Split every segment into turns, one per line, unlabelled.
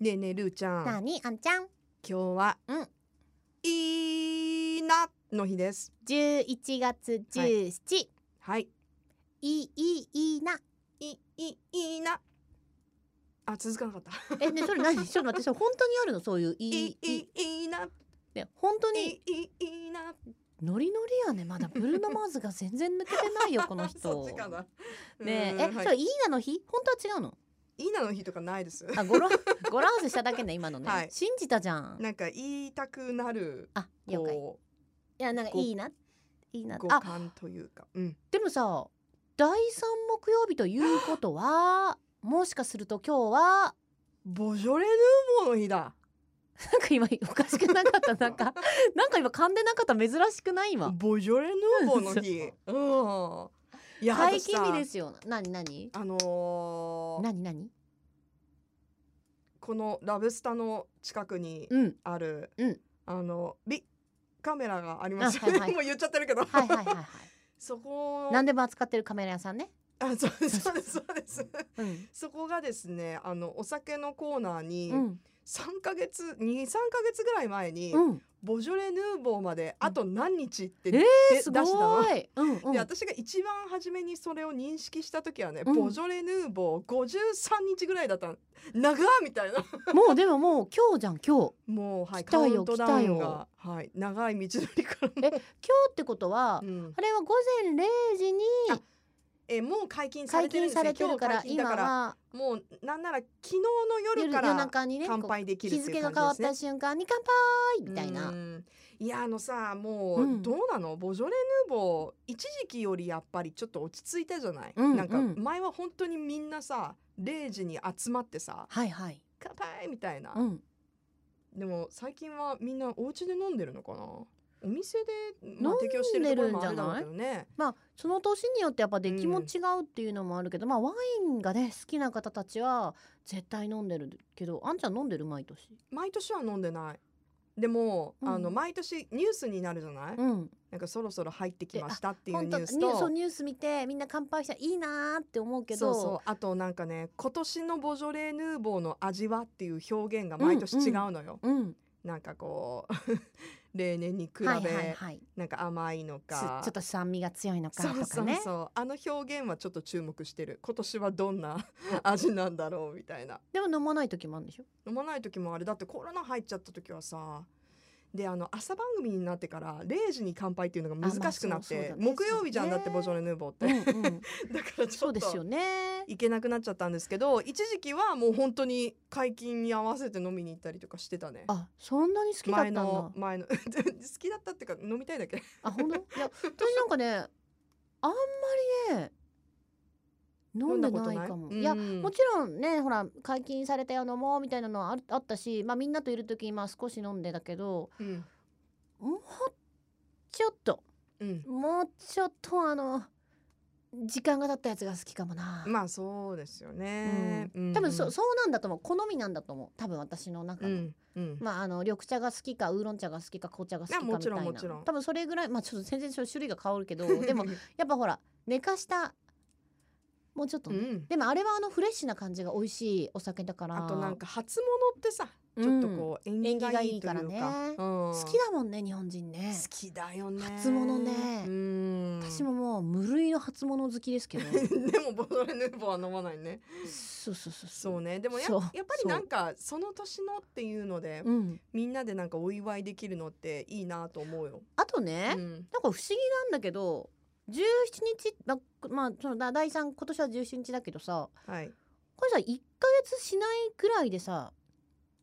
ねえねえルーちゃん
な
今
にあんちゃん
日は、
うん
いいなの日です
11月17日、い、
はい
いいいいいない
いいいなあ続かなかった
えねそれ何 ちょっと待ってそれ本当にあるのそういうい
いい
いいい
いいいな
ね本当
い
に
いいいいな
ノリノリやねまだブルーノマーズが全然抜けてないよこの
そ
人
っちかな
ね
うん
ええ、
はい
それいいなの日本当は違うの
いいなの日とかないです
あ 語呂語呂合わせしただけね今のね、
はい
信じたじゃん
なんか言いたくなる
あ了解い
こ
やなんかいいないいうな
五
あ
感というかうん
でもさ第三木曜日ということはもしかすると今日は
ボジョレ・ヌーボーの日だ
なんか今 おかしくなか ったなんかなんか今噛んでなかった珍しくない今
ボジョレ・ヌーボーの 日うんいや
解禁日ですすよなになに
あのー
なになに
このラブスタの近くに
うん
ある、
うん
あのビカメラがありますよ
あはいはい
もう言っちゃってるけど、
はいはいはいは
そこ
い何でも扱ってるカメラ屋さんね
あそうですそうですそうです
うん
そこがですねあのお酒のコーナーに
うん
3ヶ月23ヶ月ぐらい前に、
うん
ボジョレ・ヌーボーまであと何日って、
うんえー
です出したの
ごいうんうん
で私が一番初めにそれを認識した時はね、
うん
ボジョレ・ヌーボー53日ぐらいだったの長っみたいな
もうでももう今日じゃん今日
もうはい
来た
カウ
よ
ントダウン
来
が
たよ、
はい、長い道のりから
え今日ってことは、
うん
あれは午前0時に
えもう解禁され
解
てるんで
禁
す
さ
ね
れてるから
今日解禁
今
だから
は
もうなんなら昨日の夜
夜
か
夜
ら
中にね
乾杯できる
日
ってい
付
う
が
感
変わっ
じで
た
すね
瞬間に乾杯みたいな、
うんいやあのさも
う
うんどうなの、ボジョレ・ヌーボー一時期よりやっぱりちょっと落ち着いたじゃない、
うん
なんか
うん
前は本当にみんなさ0時に集まってさ
はいはい
「乾杯!」みたいな、
うん
でも最近はみんなお家で飲んでるのかなお店で、まあ、
飲んで
提
る
供してるところもあるだろうけどね
まあその年によってやっぱ出来も違うっていうのもあるけど、まあワインがね好きな方たちは絶対飲んでるけどあんちゃん飲んでる毎年
毎年は飲んでないでも、
うん
あの毎年ニュースになるじゃない、
うん
なんかそろそろ入ってきましたっていうニュー
本当に
ス
そう
と
ニュース見てみんな乾杯したらいいなーって思うけ
そ
ど
うそうあとなんかね今年のボジョレ・ヌーボーの味はっていう表現が毎年違うのよ、
うん
なんかこう 例年に比べ、
はいはいはい
なんか甘いの
つちょ
か
っと酸味が強いのかと
そ
かね
うそうそうあの表現はちょっと注目してる今年はどんな 味なんだろうみたいな
でも飲まない時もあるんで しょ
飲まない時もあれだってコロナ入っちゃった時はさであの朝番組になってから0時に乾杯っていうのが難しくなっ
あまあそう
て、
そうだね
木曜日じゃんだって
そうね
ボジョレ・ヌーボーっ
う
て、
んうん、
だからち
そ
ょっ
うですよ
と
ね
行けなくなっちゃったんですけど一時期はもう本当に解禁に合わせて飲みに行ったりとかしてたね
あそんなに好きだった
前
んだ
の前の 好きだったっていうか飲みたいだけ
あ本当いや私なんかねあんまりね飲ん でないかもいや
うん
もちろんねほら解禁されたよ飲もうみたいなのはああったし、まあ、みんなといる時にまあ少し飲んでだけど
うん
もうちょっと
うん
もうちょっとあの時間が経ったやつが好きかもな、
まあそうですよ
う
ね
ん、
うん
多分そそうなんだと思う好みなんだと思う多分私の中
う
の、
んうん
まあ、あの緑茶が好きかウーロン茶が好きか紅茶が好き
い
か
や
み
も
た
ちろん
い
もちろ
なん多分それぐらいまあちょっと全然種類が変わ るけどでもやっぱほら寝かしたもうちょっと
う
ね、
ん
でもあれはあのフレッシュな感じが美味しいお酒だから
あとなんか初物ってさちょっとこう縁起がいいというか,、う
縁
ん、
起がいいからね好きだもんね日本人ね
好きだよね
初物ね
うん
私ももう無類の初物好きですけど
でもボジョレ・ヌーボーは飲まないね
そうそうそう
そう
う
ねでもや
そう
やっぱりなんかその年のっていうので
うん
みんなでなんかお祝いできるのっていいなと思うよ、
あとね、
うん
なんか不思議なんだけど17日まあまあそのだ第3今年は17日だけどさ
はい
これさ1ヶ月しないくらいでさ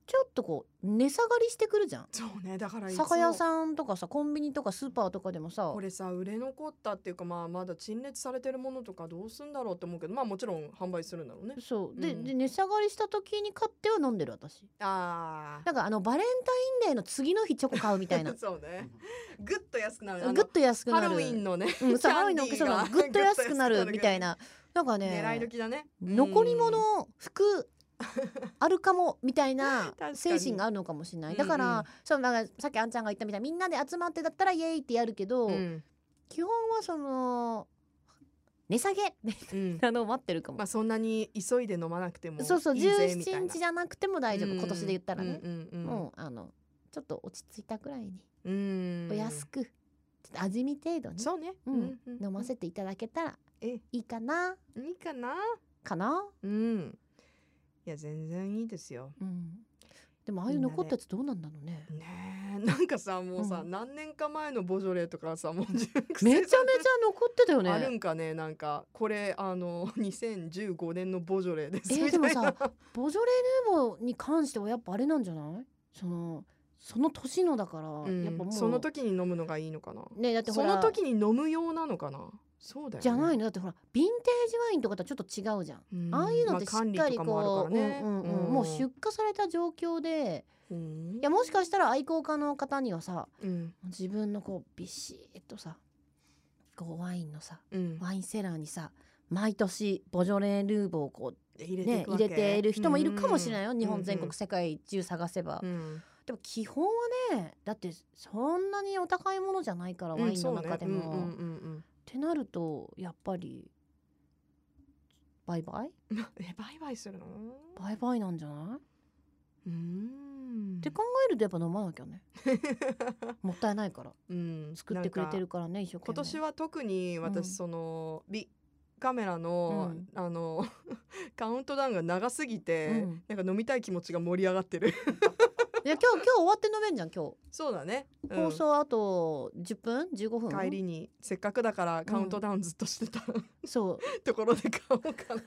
ちょっとこう値下がりしてくるじゃん
そうねだからいつも
酒屋さんとかさコンビニとかスーパーとかでもさ
これさ売れ残ったっていうかまあまだ陳列されてるものとかどうすんだろうって思うけどまあもちろん販売するんだろうね
そうで,、
うん
で値下がりした時に買っては飲んでる私
あ
なんかあのバレンタインデーの次の日チョコ買うみたい な
そうねぐっと安くなるあの
グッと安く
ハ
なる
ロウィンのね、
うん、そう
キ
ハロウ
ャ
ィ
ン
ン
ディ
の
ー
お客様
が
がグッと安くなるみたい
な
ななんか
狙い
ね
時だね
残り
うん
物服あるかもみたいな
確かに
精神があるのかもしれないだか
うんうん
らそうなんかさっきあんちゃんが言ったみたいにみんなで集まってだったらイエーイってやるけど、
うん
基本はその値下げみた
うん
いなのを待ってるかも、
まあそんなに急いで飲まなくてもいいぜ
そうそう
みたい
17
な
日じゃなくても大丈
う
夫、
ん
今年で言ったらね、
うんうんうん
もうあのちょっと落ち着いたくらいに、
うん
お安くちょっと味見程度に
そうね、
うん飲ま
て
せていただけたら
ええ
いいかない
いかな
かな、
うんいや全然いいですよ
うん、でもああいう残ったやつどうなんだろうね
ねえ なんかさもうさ、
うん
何年か前のボジョレーとかさもう熟成
めちゃめちゃ
されて
残ってたよ
ある
ね
んかねなんかこれあの2015年のボジョレーです
えー
みたいな、
でボジョレ・ヌーボーに関してはやっぱあれなんじゃないそのその年のだから、
うん
やっぱもう
その時に飲むのがいいのかな
ねだってほ
そ
ら
の時に飲む用なのかなそうだよ、ね、
じゃない
の、
のだってほらヴィンテージワインとかとはちょっと違うじゃんああいうのってしっ
まあ
か
管理
り
ともあ
こ
る
う、
からね
うんうんうんもう出荷された状況で
うん
いやもしかしたら愛好家の方にはさ
うん
自分のこうビシッとさこうワインのさ
うん
ワインセラーにさ毎年ボジョレ・ルーボーをこ
入
う、
れてい
ね、
くわ
入
け
れている人もいるかもしれないよ、
うん
日本全国世界中探せば、
うんうん
でも基本はねだってそんなにお高いものじゃないから、ワインの中でも、
うん
っ
そうねうんうん
てなるとやっぱりバイバイ
うんうんえバイバイするの
バイバイなんじゃない、っ
うん
て考えるとやっぱ飲まなき ゃねもったいないから
うん
作ってくれてるからね一生懸
今
命
年は特に
うん
私その、ビカメラの、
うん
あの カウントダウンが長すぎて、
うん
なんか飲みたい気持ちが盛り上がってる
いや今日今日終わって飲めんじゃん今日、
そうだね、うん
放送あと10分15分
帰りにせっかくだからカウントダウンずっとしてた、
そう
ところで買おうか な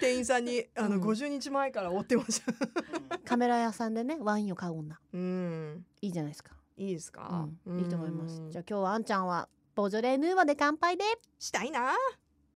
店員さんにあの、
うん
50日前から追ってました
カメラ屋さんでねワインを買う女
うん
いいじゃないですか、
いいですか、
うんいいと思います
うん
じゃあ今日はあんちゃんはボジョレ・ヌーボーで乾杯で
したいな